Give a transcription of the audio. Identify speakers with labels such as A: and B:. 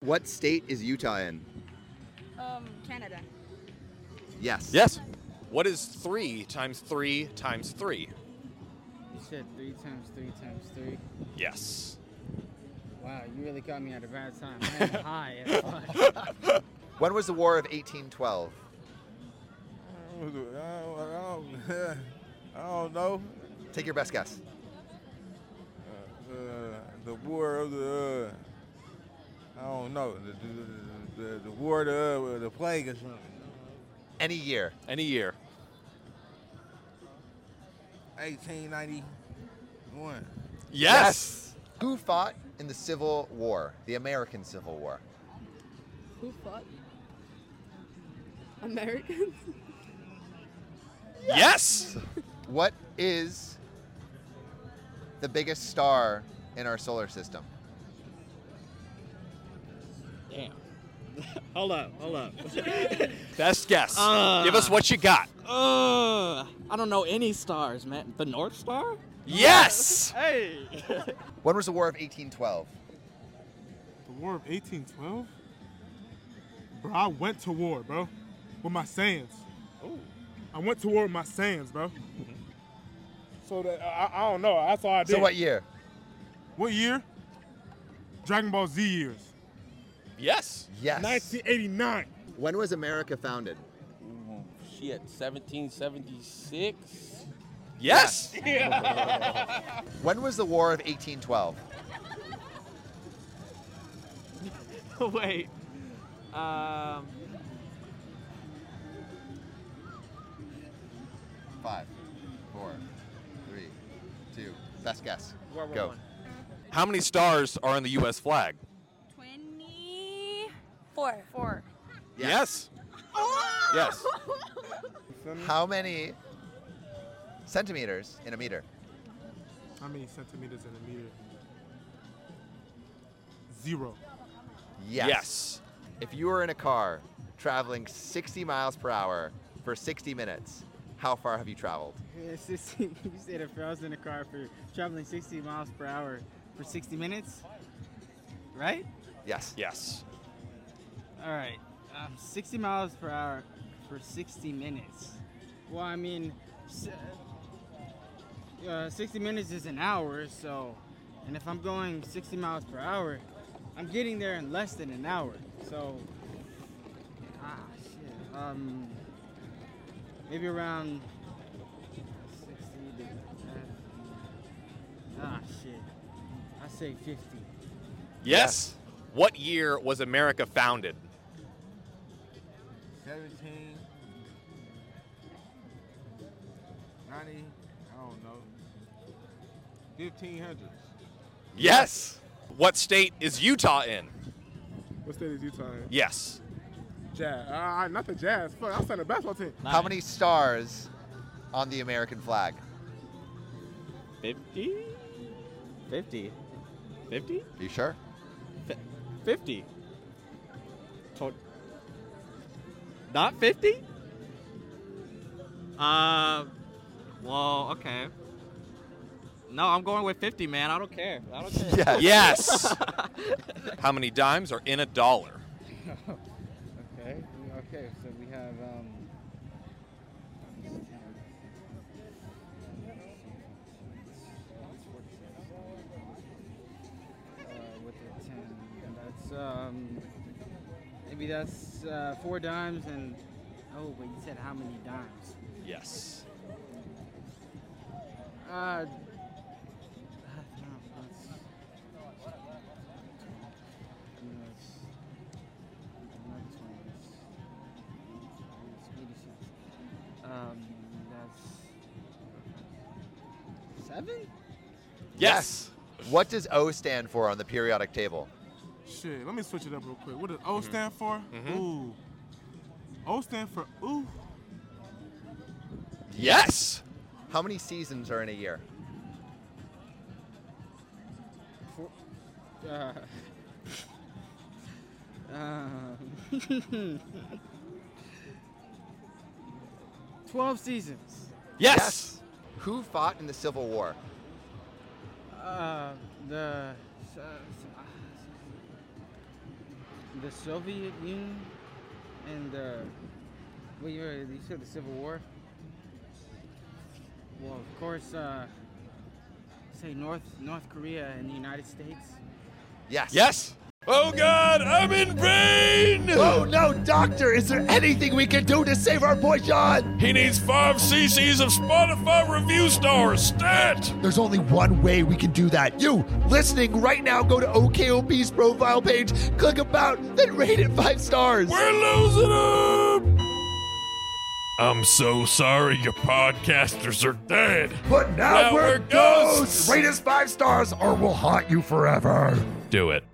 A: What state is Utah in?
B: Um, Canada.
A: Yes.
C: Yes. What is three times three times three?
D: You said three times three times three.
C: Yes.
D: Wow, you really caught me at a bad time. I am high as fuck.
A: When was the War of 1812?
E: I don't, I don't, I don't know.
A: Take your best guess.
E: Uh, uh, the war of the. Uh, I don't know. The, the, the, the war of the, uh, the plague or something.
A: Any year.
C: Any year.
E: 1891.
C: Yes.
A: Who fought in the Civil War, the American Civil War?
B: Who fought? Americans?
C: Yes.
A: What is the biggest star in our solar system?
F: Damn. hold up, hold up.
C: Best guess.
F: Uh.
C: Give us what you got.
F: uh, I don't know any stars, man. The North Star?
C: Yes.
F: Hey.
A: When was the War of 1812?
G: The War of 1812? Bro, I went to war, bro. With my sands. Oh. I went to war with my sands, bro. So that I, I don't know. That's all I did.
A: So what year?
G: What year? Dragon Ball Z years.
C: Yes.
A: Yes.
G: 1989.
A: When was America founded?
H: Shit, 1776?
C: Yes.
A: When was the War of 1812?
F: Wait. Um.
A: Five, four, three, two. Best guess.
F: World War
A: Go.
F: One.
C: How many stars are on the U.S. flag?
B: 24. Four.
C: Yes. Yes.
A: How many centimeters in a meter?
G: How many centimeters in a meter? Zero.
A: Yes. If you were in a car traveling 60 miles per hour for 60 minutes, how far have you traveled?
D: It's just- you said if I was in a car for traveling 60 miles per hour for 60 minutes, right?
A: Yes.
C: Yes.
D: All right, um, 60 miles per hour for 60 minutes. Well, I mean, s- uh, 60 minutes is an hour, so, and if I'm going 60 miles per hour, I'm getting there in less than an hour. So, ah, shit. Um, maybe around 60. to- Ah, shit. I say 50.
C: Yes. What year was America founded?
E: 17. 90. I don't know. 1500s.
C: Yes. What state is Utah in?
G: What state is Utah in?
C: Yes.
G: Jazz. Uh, not the Jazz. Fuck, I was on the basketball team.
A: How many stars on the American flag?
F: 50? 50. 50?
A: Are you sure?
F: 50. To- Not 50? Uh, well, okay. No, I'm going with 50, man. I don't care. I don't care.
A: Yes.
C: Yes. How many dimes are in a dollar?
D: Okay. Okay. So we have um. Uh, with the ten, and that's um. Maybe that's uh, four dimes and. Oh, but you said how many dimes?
C: Yes.
D: Uh. Um, that's Um, seven.
C: Yes.
A: What does O stand for on the periodic table?
G: Shit, let me switch it up real quick. What does O stand for?
C: Mhm.
G: Ooh. O stand for ooh.
C: Yes.
A: How many seasons are in a year?
D: Four, uh, um, twelve seasons.
C: Yes.
A: Who fought in the Civil War?
D: Uh, the. Uh, the Soviet Union and the. Well, you, were- you said the Civil War? Well, of course, uh, say North North Korea and the United States.
I: Yes.
J: Yes. Oh God, I'm in pain.
A: Oh no, doctor, is there anything we can do to save our boy John?
C: He needs five cc's of Spotify review stars. Stat.
A: There's only one way we can do that. You listening right now, go to OKOB's profile page, click about, then rate it five stars.
C: We're losing him. I'm so sorry, your podcasters are dead.
A: But now,
C: Now
A: we're,
C: we're
A: ghosts.
C: ghosts.
A: Rate us five stars or we'll haunt you forever.
C: Do it.